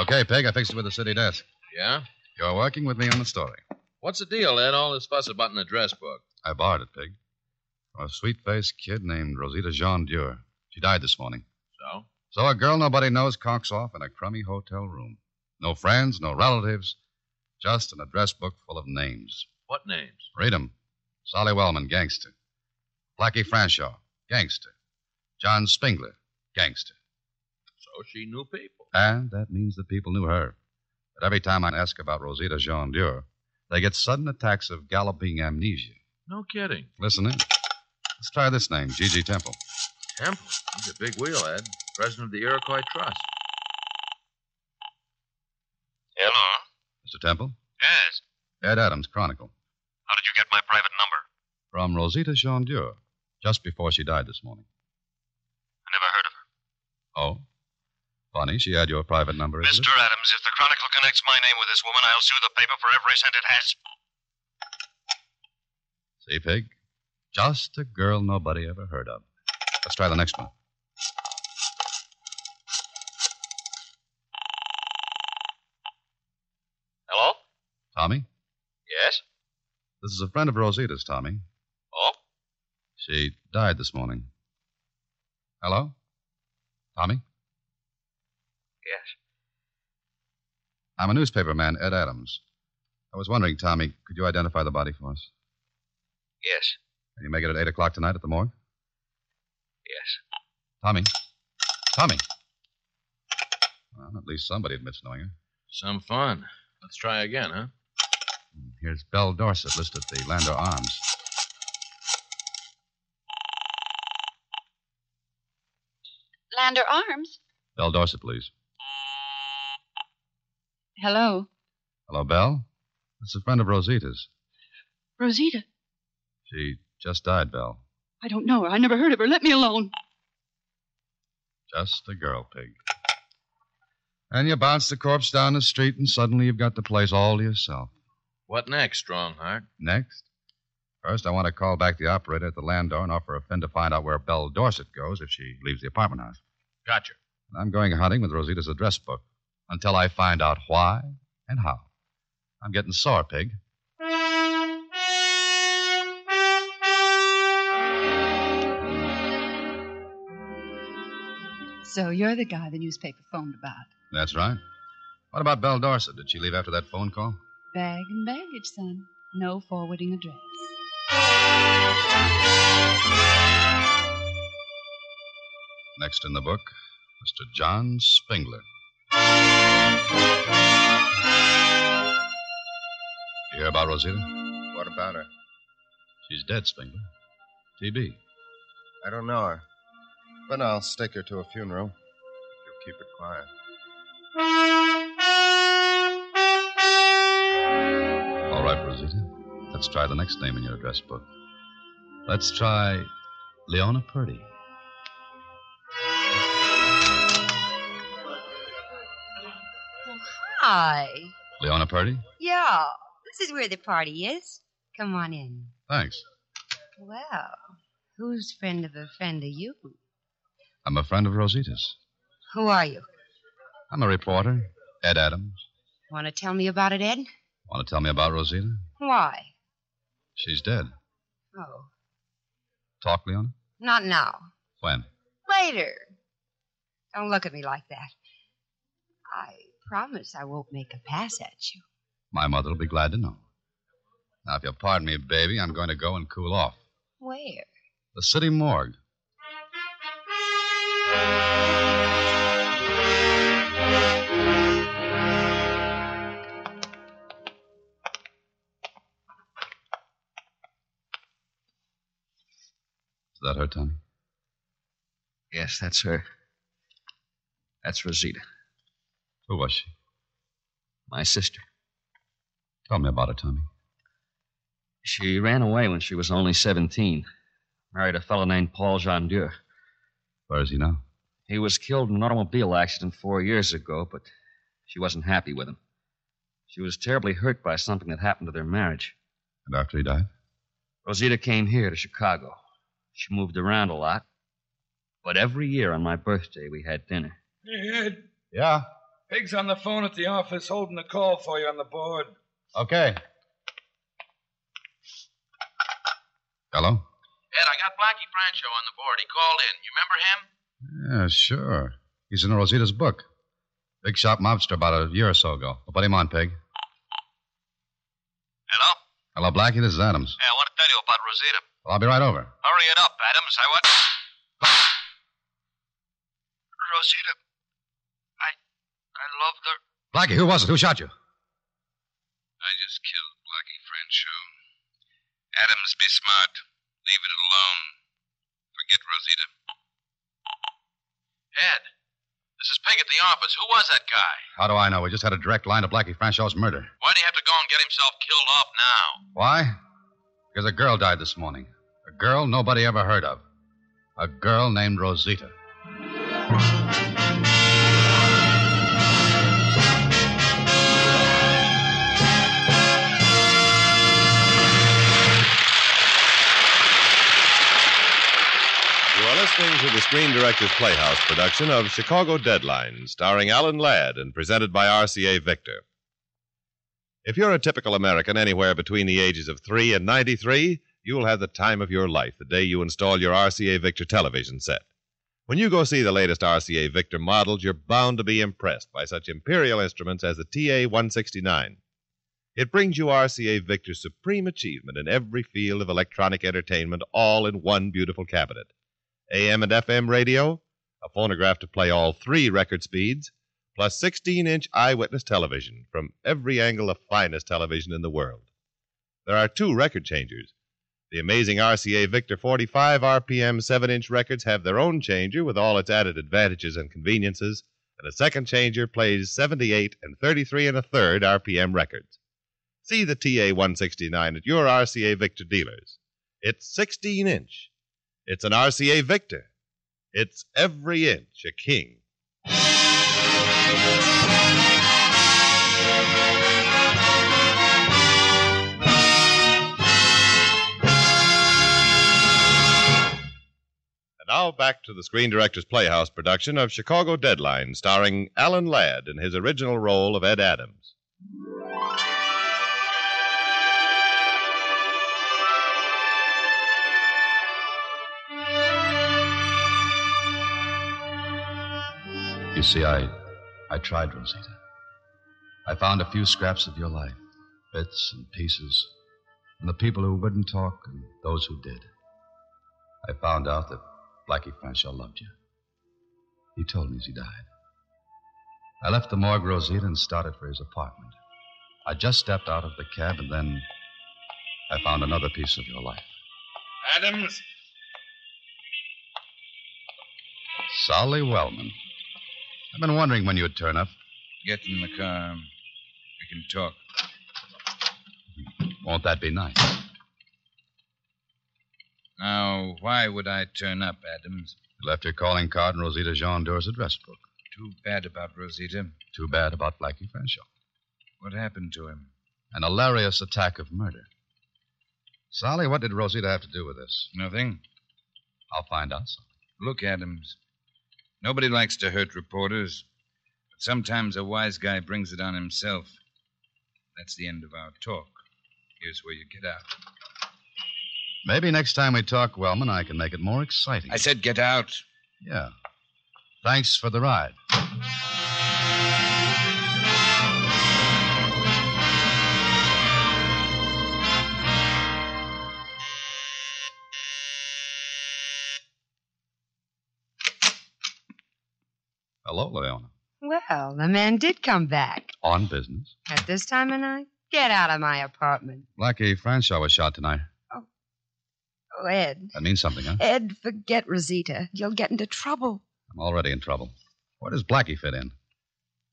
Okay, Peg, I fixed it with the city desk.
Yeah?
You're working with me on the story.
What's the deal, Ed? All this fuss about in the dress book.
I borrowed it, Peg. From a sweet faced kid named Rosita Jean Dure. She died this morning.
So?
So a girl nobody knows conks off in a crummy hotel room. No friends, no relatives, just an address book full of names,
What names?
Read 'em. Solly Wellman, gangster. Blackie Franshaw, gangster. John Spengler, gangster.
So she knew people.
And that means the people knew her. But every time I ask about Rosita Jean Dure, they get sudden attacks of galloping amnesia.
No kidding.
Listen in. Let's try this name, Gigi Temple.
Temple. He's a big wheel, Ed. President of the Iroquois Trust.
Hello?
Mr. Temple?
Yes.
Ed Adams, Chronicle.
How did you get my private number?
From Rosita Jean Dure, just before she died this morning.
I never heard of her.
Oh? Funny, she had your private number, isn't
Mr. Adams, if the Chronicle connects my name with this woman, I'll sue the paper for every cent it has.
it? See, Pig? Just a girl nobody ever heard of. Let's try the next one.
Hello?
Tommy?
Yes?
This is a friend of Rosita's, Tommy.
Oh?
She died this morning. Hello? Tommy?
Yes.
I'm a newspaper man, Ed Adams. I was wondering, Tommy, could you identify the body for us?
Yes.
Can you make it at 8 o'clock tonight at the morgue?
Yes.
Tommy? Tommy? Well, at least somebody admits knowing her.
Some fun. Let's try again, huh?
Here's Belle Dorset listed at the Lander Arms.
Lander Arms?
Belle Dorset, please.
Hello.
Hello, Belle? It's a friend of Rosita's.
Rosita.
She just died, Belle.
I don't know her. I never heard of her. Let me alone.
Just a girl pig. And you bounce the corpse down the street, and suddenly you've got the place all to yourself.
What next, Strongheart?
Next? First, I want to call back the operator at the Landor and offer a fin to find out where Belle Dorset goes if she leaves the apartment house.
Gotcha.
And I'm going hunting with Rosita's address book until I find out why and how. I'm getting sore, pig.
So you're the guy the newspaper phoned about.
That's right. What about Belle Dorset? Did she leave after that phone call?
Bag and baggage, son. No forwarding address.
Next in the book, Mr. John Spengler. You hear about Rosita? What about her? She's dead, Spengler. TB.
I don't know her, but I'll stake her to a funeral if you'll keep it quiet.
All right, Rosita. Let's try the next name in your address book. Let's try Leona Purdy.
Hi.
Leona Purdy?
Yeah, this is where the party is. Come on in.
Thanks.
Well, who's friend of a friend of you?
I'm a friend of Rosita's.
Who are you?
I'm a reporter, Ed Adams.
Want to tell me about it, Ed?
Want to tell me about Rosita?
Why?
She's dead.
Oh,
Talk, Leona?
not now.
When?
Later. Don't look at me like that. I promise I won't make a pass at you.
My mother will be glad to know. Now, if you'll pardon me, baby, I'm going to go and cool off.
Where?
The city morgue. Is that her, Tommy?
Yes, that's her. That's Rosita,
Who was she?
my sister.
Tell me about her, Tommy.
She ran away when she was only 17. Married a fellow named Paul Jondure.
Where is he now?
He was killed in an automobile accident four years ago, but she wasn't happy with him. She was terribly hurt by something that happened to their marriage.
And after he died?
Rosita came here to Chicago. She moved around a lot. But every year on my birthday, we had dinner.
Hey, Ed.
Yeah?
Pig's on the phone at the office holding a call for you on the board.
Okay. Hello?
Ed, I got Blackie Francho on the board. He called in. You remember him?
Yeah, sure. He's in Rosita's book. Big shop mobster about a year or so ago. Well, put him on, Pig.
Hello?
Hello, Blackie. This is Adams.
Hey, I want to tell you about Rosita.
Well, I'll be right over.
Hurry it up, Adams. I want. Rosita, I, I loved her.
Blackie, who was it? Who shot you?
I just killed Blackie Franchot. Adams, be smart. Leave it alone. Forget Rosita. Ed, this is Peg at the office. Who was that guy?
How do I know? We just had a direct line to Blackie Franchot's murder.
Why do you have to go and get himself killed off now?
Why? Because a girl died this morning. A girl nobody ever heard of. A girl named Rosita.
You are listening to the Screen Directors Playhouse production of Chicago Deadline, starring Alan Ladd and presented by RCA Victor. If you're a typical American anywhere between the ages of 3 and 93, you'll have the time of your life the day you install your RCA Victor television set. When you go see the latest RCA Victor models, you're bound to be impressed by such imperial instruments as the TA 169. It brings you RCA Victor's supreme achievement in every field of electronic entertainment all in one beautiful cabinet. AM and FM radio, a phonograph to play all three record speeds, plus 16 inch eyewitness television from every angle the finest television in the world. There are two record changers. The amazing RCA Victor 45 RPM 7 inch records have their own changer with all its added advantages and conveniences, and a second changer plays 78 and 33 and a third RPM records. See the TA 169 at your RCA Victor dealers. It's 16 inch. It's an RCA Victor. It's every inch a king. And now back to the Screen Directors Playhouse production of Chicago Deadline, starring Alan Ladd in his original role of Ed Adams.
You see, I, I tried, Rosita. I found a few scraps of your life, bits and pieces, and the people who wouldn't talk and those who did. I found out that Blackie Franchot loved you. He told me as he died. I left the morgue, Rosita, and started for his apartment. I just stepped out of the cab, and then I found another piece of your life.
Adams,
Solly Wellman. I've been wondering when you'd turn up.
get in the car. We can talk.
Won't that be nice?
Now, why would I turn up, Adams?
You left your calling card in Rosita Jean Dore's address book.
Too bad about Rosita.
Too bad about Blackie Franchot.
What happened to him?
An hilarious attack of murder. Sally, what did Rosita have to do with this?
Nothing.
I'll find out something.
Look, Adams. Nobody likes to hurt reporters, but sometimes a wise guy brings it on himself. That's the end of our talk. Here's where you get out.
Maybe next time we talk, Wellman, I can make it more exciting.
I said get out.
Yeah. Thanks for the ride. Hello, Leona.
Well, the man did come back.
On business.
At this time of night? Get out of my apartment.
Blackie Franchot was shot tonight.
Oh, Ed.
That means something, huh?
Ed, forget Rosita. You'll get into trouble.
I'm already in trouble. Where does Blackie fit in?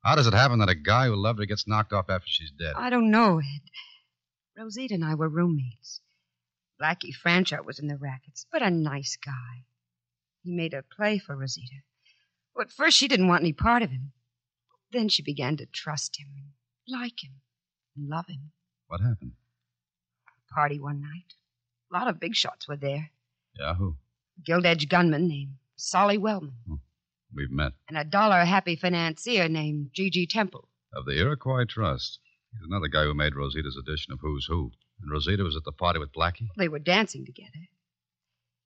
How does it happen that a guy who loved her gets knocked off after she's dead?
I don't know, Ed. Rosita and I were roommates. Blackie Franchot was in the rackets, but a nice guy. He made her play for Rosita. Well, at first, she didn't want any part of him. Then she began to trust him, and like him, and love him.
What happened?
Party one night. A lot of big shots were there.
Yeah, who?
Gilt Edge gunman named Solly Wellman,
We've met.
and a dollar happy financier named G.G. Temple.
Of the Iroquois Trust. He's another guy who made Rosita's edition of Who's Who. And Rosita was at the party with Blackie?
They were dancing together.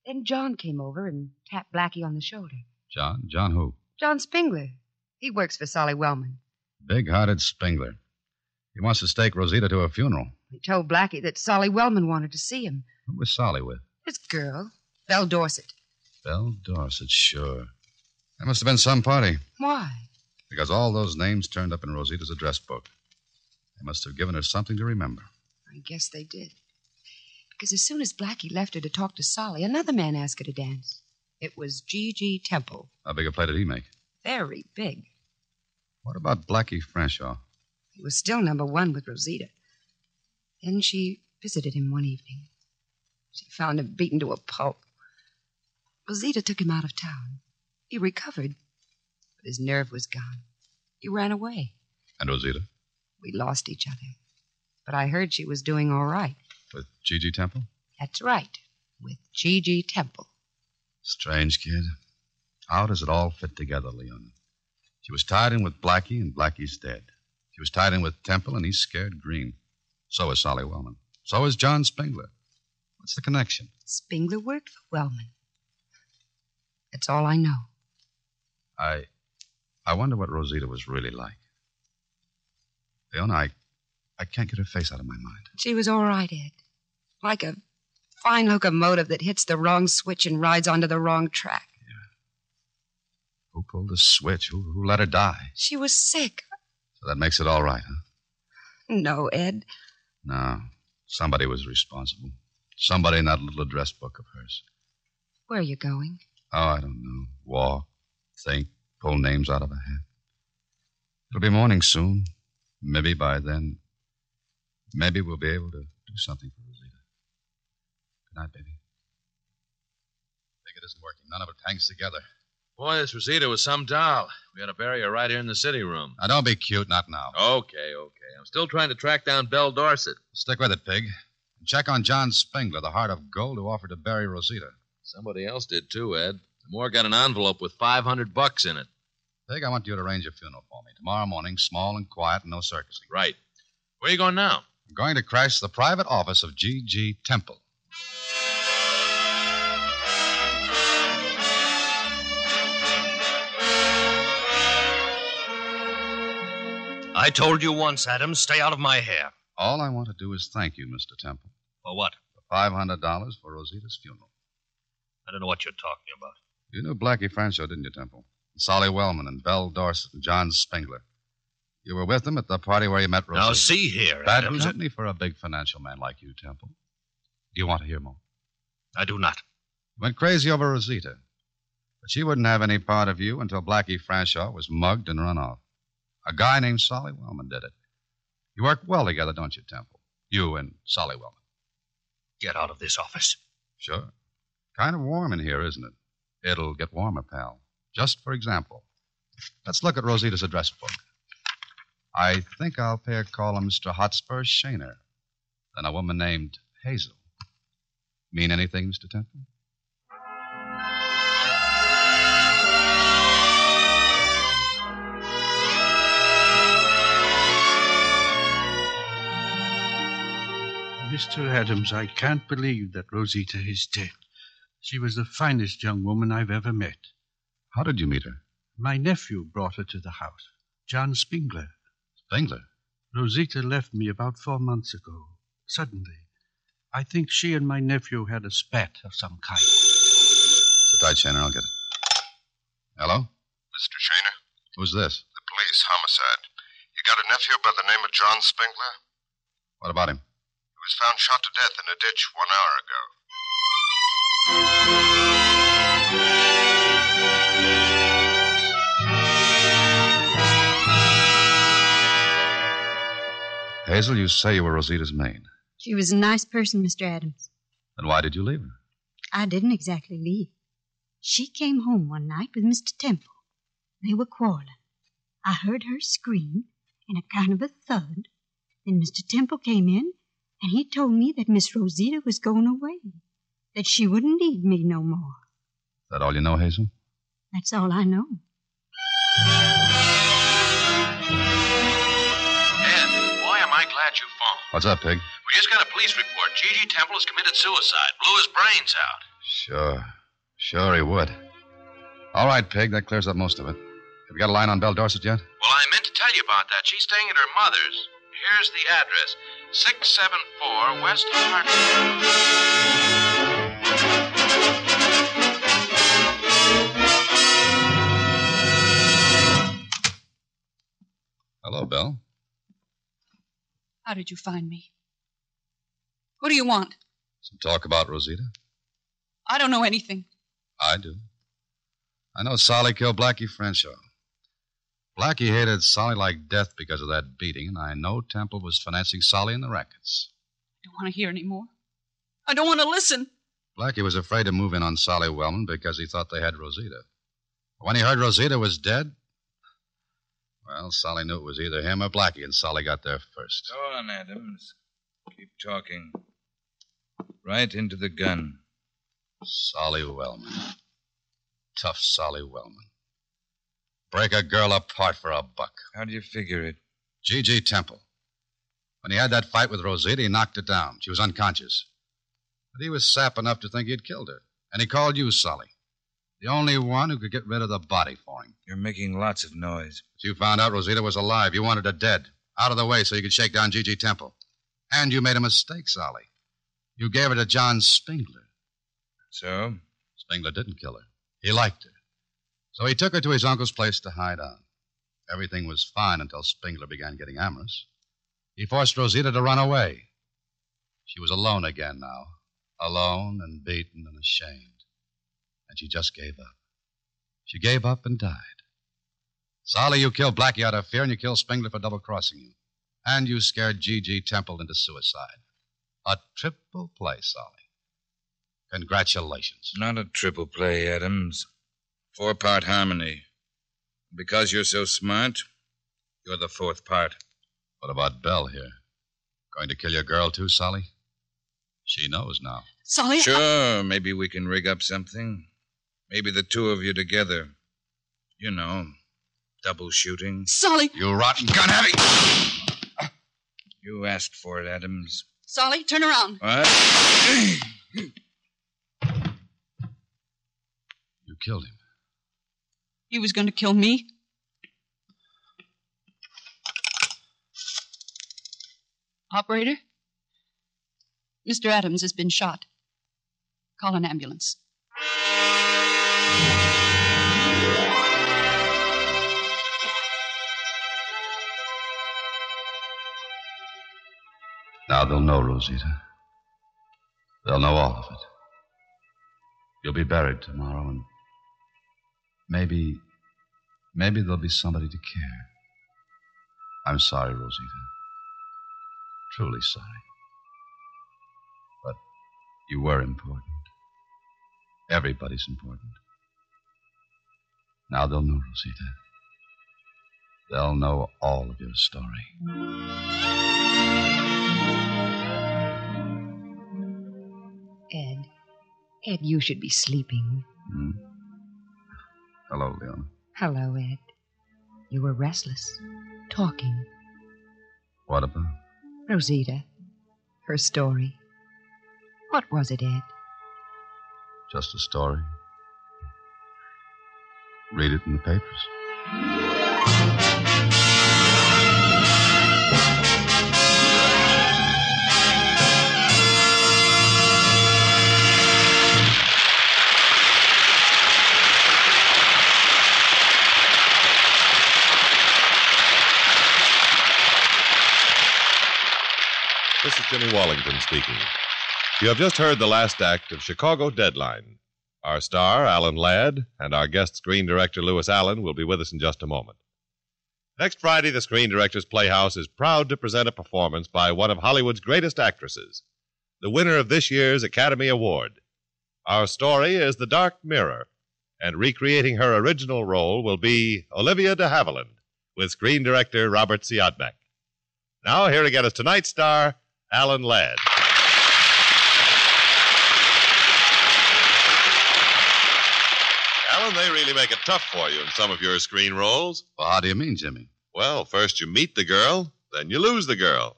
Then John came over and tapped Blackie on the shoulder.
John? John who?
John Spingler. He works for Solly Wellman.
Big hearted Spengler. He wants to stake Rosita to her funeral.
He told Blackie that Solly Wellman wanted to see him.
Who was Solly with?
This girl, Belle Dorset.
Belle Dorset, sure. That must have been some party,
Why?
because all those names turned up in Rosita's address book. They must have given her something to remember.
I guess they did. Because as soon as Blackie left her to talk to Solly, another man asked her to dance. It was G.G. Temple.
How big a play did he make?
Very big.
What about Blackie Franshaw?
He was still number one with Rosita. Then she visited him one evening. She found him beaten to a pulp. Rosita took him out of town. He recovered, but his nerve was gone. He ran away.
And Rosita?
We lost each other. But I heard she was doing all right.
With Gigi Temple?
That's right, with Gigi Temple.
Strange kid. How does it all fit together, Leon? She was tied in with Blackie, and Blackie's dead. She was tied in with Temple, and he's scared green. So is Solly Wellman. So is John Spengler. What's the connection?
Spengler worked for Wellman. That's all I know.
I I wonder what Rosita was really like. Leon, I I can't get her face out of my mind.
She was all right, Ed. Like a fine locomotive that hits the wrong switch and rides onto the wrong track.
Who pulled the switch? Who, who let her die?
She was sick.
So that makes it all right, huh?
No, Ed.
No. Somebody was responsible. Somebody in that little address book of hers.
Where are you going?
Oh, I don't know. Walk, think, pull names out of a hat. It'll be morning soon. Maybe by then, maybe we'll be able to do something for Rosita. Good night, baby. Think it isn't working. None of it hangs together.
Boy, this Rosita was some doll. We had to bury her right here in the city room.
Now, don't be cute. Not now.
Okay, okay. I'm still trying to track down Belle Dorset.
Stick with it, Pig. And check on John Spengler, the heart of gold who offered to bury Rosita.
Somebody else did too, Ed. Moore got an envelope with 500 bucks in it.
Pig, I want you to arrange a funeral for me. Tomorrow morning, small and quiet and no circusing.
Right. Where are you going now?
I'm going to crash the private office of G.G. Temple.
I told you once, Adams, stay out of my hair.
All I want to do is thank you, Mr. Temple.
For what?
For $500 for Rosita's funeral.
I don't know what you're talking about.
You knew Blackie Franco, didn't you, Temple? And Solly Wellman and Belle Dorset and John Spengler. You were with them at the party where you met Rosita.
Now, see here,
Bad
Adams.
company for a big financial man like you, Temple. Do you want to hear more?
I do not.
You went crazy over Rosita. But she wouldn't have any part of you until Blackie Franshaw was mugged and run off. A guy named Solly Wellman did it. You work well together, don't you, Temple? You and Solly Wellman.
Get out of this office.
Sure. Kind of warm in here, isn't it? It'll get warmer, pal. Just for example, let's look at Rosita's address book. I think I'll pay a call on Mr. Hotspur Shaner, then a woman named Hazel. Mean anything, Mr. Temple?
Mr. Adams, I can't believe that Rosita is dead. She was the finest young woman I've ever met.
How did you meet her?
My nephew brought her to the house, John Spingler.
Spengler.
Rosita left me about four months ago, suddenly. I think she and my nephew had a spat of some kind.
Sit tight, Shaner. I'll get it. Hello?
Mr. Shaner,
Who's this?
the police homicide. You got a nephew by the name of John Spengler?
What about him?
He was found shot to death in a ditch one hour ago.
Hazel, you say you were Rosita's maid.
She was a nice person, Mr. Adams.
Then why did you leave her?
I didn't exactly leave. She came home one night with Mr. Temple. They were quarreling. I heard her scream and a kind of a thud. Then Mr. Temple came in and he told me that Miss Rosita was going away, that she wouldn't need me no more.
Is that all you know, Hazel?
That's all I know.
Ed, boy, am I glad you phoned.
What's up, Pig?
We just got a police report. Gigi Temple has committed suicide. Blew his brains out.
Sure. Sure he would. All right, Pig, that clears up most of it. Have you got a line on Belle Dorset yet?
Well, I meant to tell you about that. She's staying at her mother's. Here's the address 674 West Hartford.
Hello, Bell.
How did you find me? What do you want?
Some talk about Rosita?
I don't know anything.
I do. I know Solly killed Blackie Frenshaw. Blackie hated Solly like death because of that beating, and I know Temple was financing Solly and the rackets.
I don't want to hear any more. I don't want to listen.
Blackie was afraid to move in on Solly Wellman because he thought they had Rosita. But when he heard Rosita was dead, well, Solly knew it was either him or Blackie, and Solly got there first.
Go on, Adams. Keep talking. Right into the gun.
Solly Wellman. Tough Solly Wellman. Break a girl apart for a buck.
How do you figure it?
G.G. Temple. When he had that fight with Rosita, he knocked her down. She was unconscious. But he was sap enough to think he'd killed her. And he called you, Solly. The only one who could get rid of the body for him.
You're making lots of noise.
But you found out Rosita was alive. You wanted her dead. Out of the way so you could shake down G.G. Temple. And you made a mistake, Solly. You gave her to John Spingler.
So?
Spingler didn't kill her. He liked her. So he took her to his uncle's place to hide out. Everything was fine until Spingler began getting amorous. He forced Rosita to run away. She was alone again now, alone and beaten and ashamed. And she just gave up. She gave up and died. Solly, you killed Blackie out of fear, and you killed Spingler for double crossing you. And you scared G.G. Temple into suicide. A triple play, Solly. Congratulations.
Not a triple play, Adams. Four part harmony. Because you're so smart, you're the fourth part.
What about Belle here? Going to kill your girl, too, Solly? She knows now.
Solly, I-
Sure, oh, maybe we can rig up something. Maybe the two of you together. You know, double shooting.
Solly.
You rotten gun heavy!
You asked for it, Adams.
Solly, turn around.
What?
You killed him.
He was going to kill me. Operator? Mr. Adams has been shot. Call an ambulance.
Now they'll know, Rosita. They'll know all of it. You'll be buried tomorrow, and maybe, maybe there'll be somebody to care. I'm sorry, Rosita. Truly sorry. But you were important. Everybody's important. Now they'll know, Rosita. They'll know all of your story.
Ed. Ed, you should be sleeping.
Hmm? Hello, Leona.
Hello, Ed. You were restless, talking.
What about?
Rosita. Her story. What was it, Ed?
Just a story. Read it in the papers.
This is Jimmy Wallington speaking. You have just heard the last act of Chicago Deadline. Our star, Alan Ladd, and our guest screen director, Lewis Allen, will be with us in just a moment. Next Friday, the Screen Directors Playhouse is proud to present a performance by one of Hollywood's greatest actresses, the winner of this year's Academy Award. Our story is The Dark Mirror, and recreating her original role will be Olivia de Havilland with screen director Robert Siodmak. Now, here again is tonight's star, Alan Ladd. Alan, they really make it tough for you in some of your screen roles.
Well, how do you mean, Jimmy?
Well, first you meet the girl, then you lose the girl.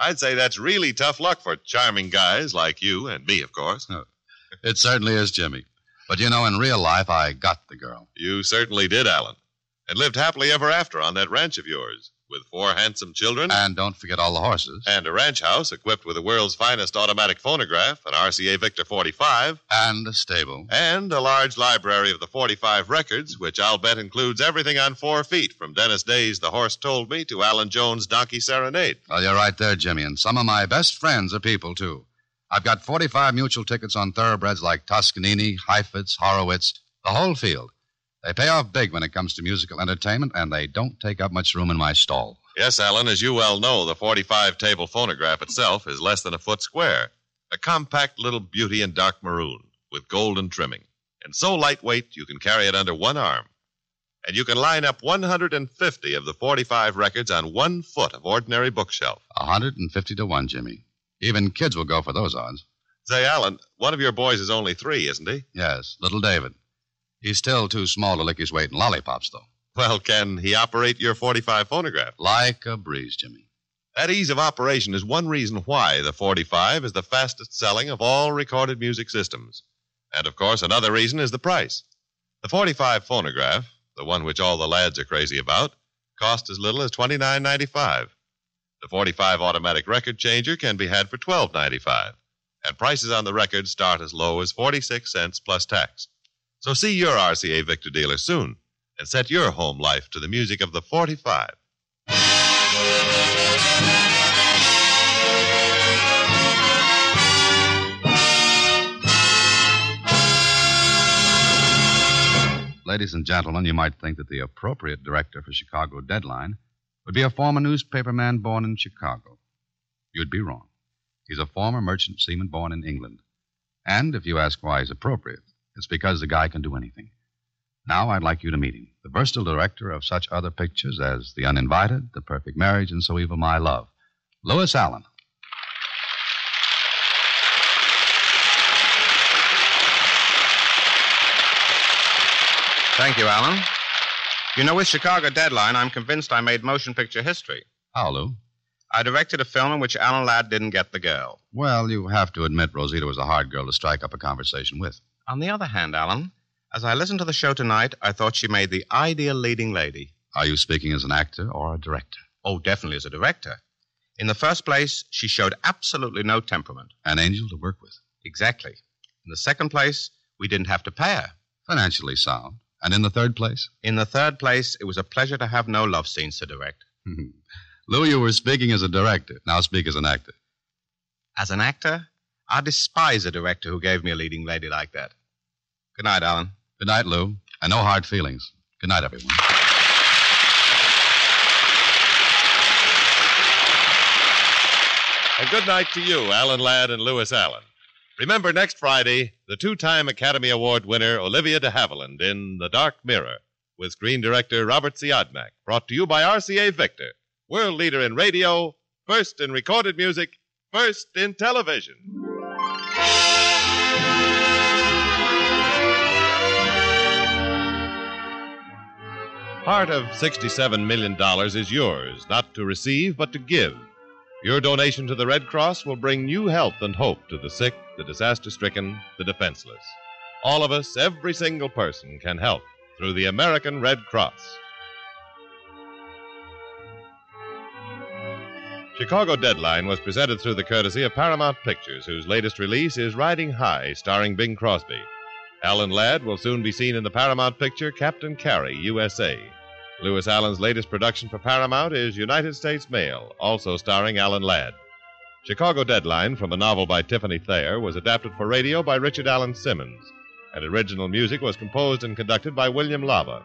I'd say that's really tough luck for charming guys like you and me, of course.
It certainly is, Jimmy. But you know, in real life, I got the girl.
You certainly did, Alan, and lived happily ever after on that ranch of yours. with four handsome children.
And don't forget all the horses.
And a ranch house equipped with the world's finest automatic phonograph, an RCA Victor 45.
And a stable.
And a large library of the 45 records, which I'll bet includes everything on four feet, from Dennis Day's The Horse Told Me to Alan Jones' Donkey Serenade.
Well, you're right there, Jimmy, and some of my best friends are people, too. I've got 45 mutual tickets on thoroughbreds like Toscanini, Heifetz, Horowitz, the whole field. They pay off big when it comes to musical entertainment, and they don't take up much room in my stall.
Yes, Alan, as you well know, the 45 table phonograph itself is less than a foot square, a compact little beauty in dark maroon with golden trimming, and so lightweight you can carry it under one arm. And you can line up 150 of the 45 records on one foot of ordinary bookshelf.
150 to 1, Jimmy. Even kids will go for those odds.
Say, Alan, one of your boys is only three, isn't he?
Yes, little David. He's still too small to lick his weight in lollipops, though.
Well, can he operate your 45 phonograph?
Like a breeze, Jimmy.
That ease of operation is one reason why the 45 is the fastest selling of all recorded music systems. And of course, another reason is the price. The 45 phonograph, the one which all the lads are crazy about, costs as little as $29.95. The 45 automatic record changer can be had for $12.95. And prices on the records start as low as 46 cents plus tax. So see your RCA Victor dealer soon and set your home life to the music of the 45.
Ladies and gentlemen, you might think that the appropriate director for Chicago Deadline would be a former newspaperman born in Chicago. You'd be wrong. He's a former merchant seaman born in England. And if you ask why he's appropriate, it's because the guy can do anything. Now I'd like you to meet him, the versatile director of such other pictures as The Uninvited, The Perfect Marriage, and So Evil My Love, Lewis Allen.
Thank you, Allen. You know, with Chicago Deadline, I'm convinced I made motion picture history.
How, Lou?
I directed a film in which Alan Ladd didn't get the girl.
Well, you have to admit Rosita was a hard girl to strike up a conversation with.
On the other hand, Alan, as I listened to the show tonight, I thought she made the ideal leading lady.
Are you speaking as an actor or a director?
Oh, definitely as a director. In the first place, she showed absolutely no temperament.
An angel to work with.
Exactly. In the second place, we didn't have to pay her.
Financially sound. And in the third place?
In the third place, it was a pleasure to have no love scenes to direct.
Lou, you were speaking as a director. Now speak as an actor.
As an actor, I despise a director who gave me a leading lady like that. Good night, Alan.
Good night, Lou. And no hard feelings. Good night, everyone.
And good night to you, Alan Ladd and Lewis Allen. Remember next Friday, the two time Academy Award winner Olivia de Havilland in The Dark Mirror with screen director Robert Siodmak, brought to you by RCA Victor, world leader in radio, first in recorded music, first in television. Part of $67 million is yours, not to receive, but to give. Your donation to the Red Cross will bring new health and hope to the sick, the disaster stricken, the defenseless. All of us, every single person, can help through the American Red Cross. Chicago Deadline was presented through the courtesy of Paramount Pictures, whose latest release is Riding High, starring Bing Crosby. Alan Ladd will soon be seen in the Paramount picture Captain Carey, USA. Lewis Allen's latest production for Paramount is United States Mail, also starring Alan Ladd. Chicago Deadline, from a novel by Tiffany Thayer, was adapted for radio by Richard Allen Simmons, and original music was composed and conducted by William Lava.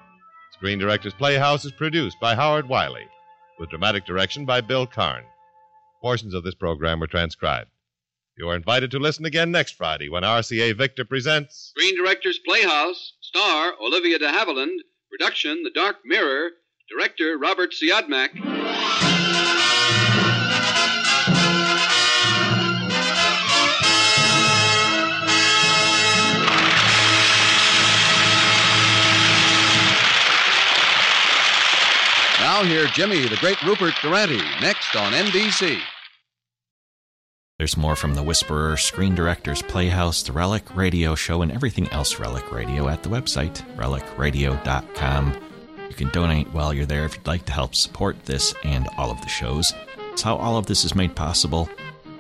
Screen Directors Playhouse is produced by Howard Wiley, with dramatic direction by Bill Carn. Portions of this program were transcribed. You are invited to listen again next Friday when RCA Victor presents
Screen Directors Playhouse, star Olivia de Havilland, production The Dark Mirror, director Robert Siodmak.
Now hear Jimmy, the great Rupert Durante, next on NBC.
There's more from The Whisperer, Screen Directors Playhouse, The Relic Radio Show, and everything else Relic Radio at the website, relicradio.com. You can donate while you're there if you'd like to help support this and all of the shows. It's how all of this is made possible.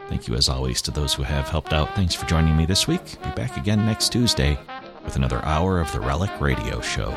Thank you, as always, to those who have helped out. Thanks for joining me this week. Be back again next Tuesday with another hour of the Relic Radio Show.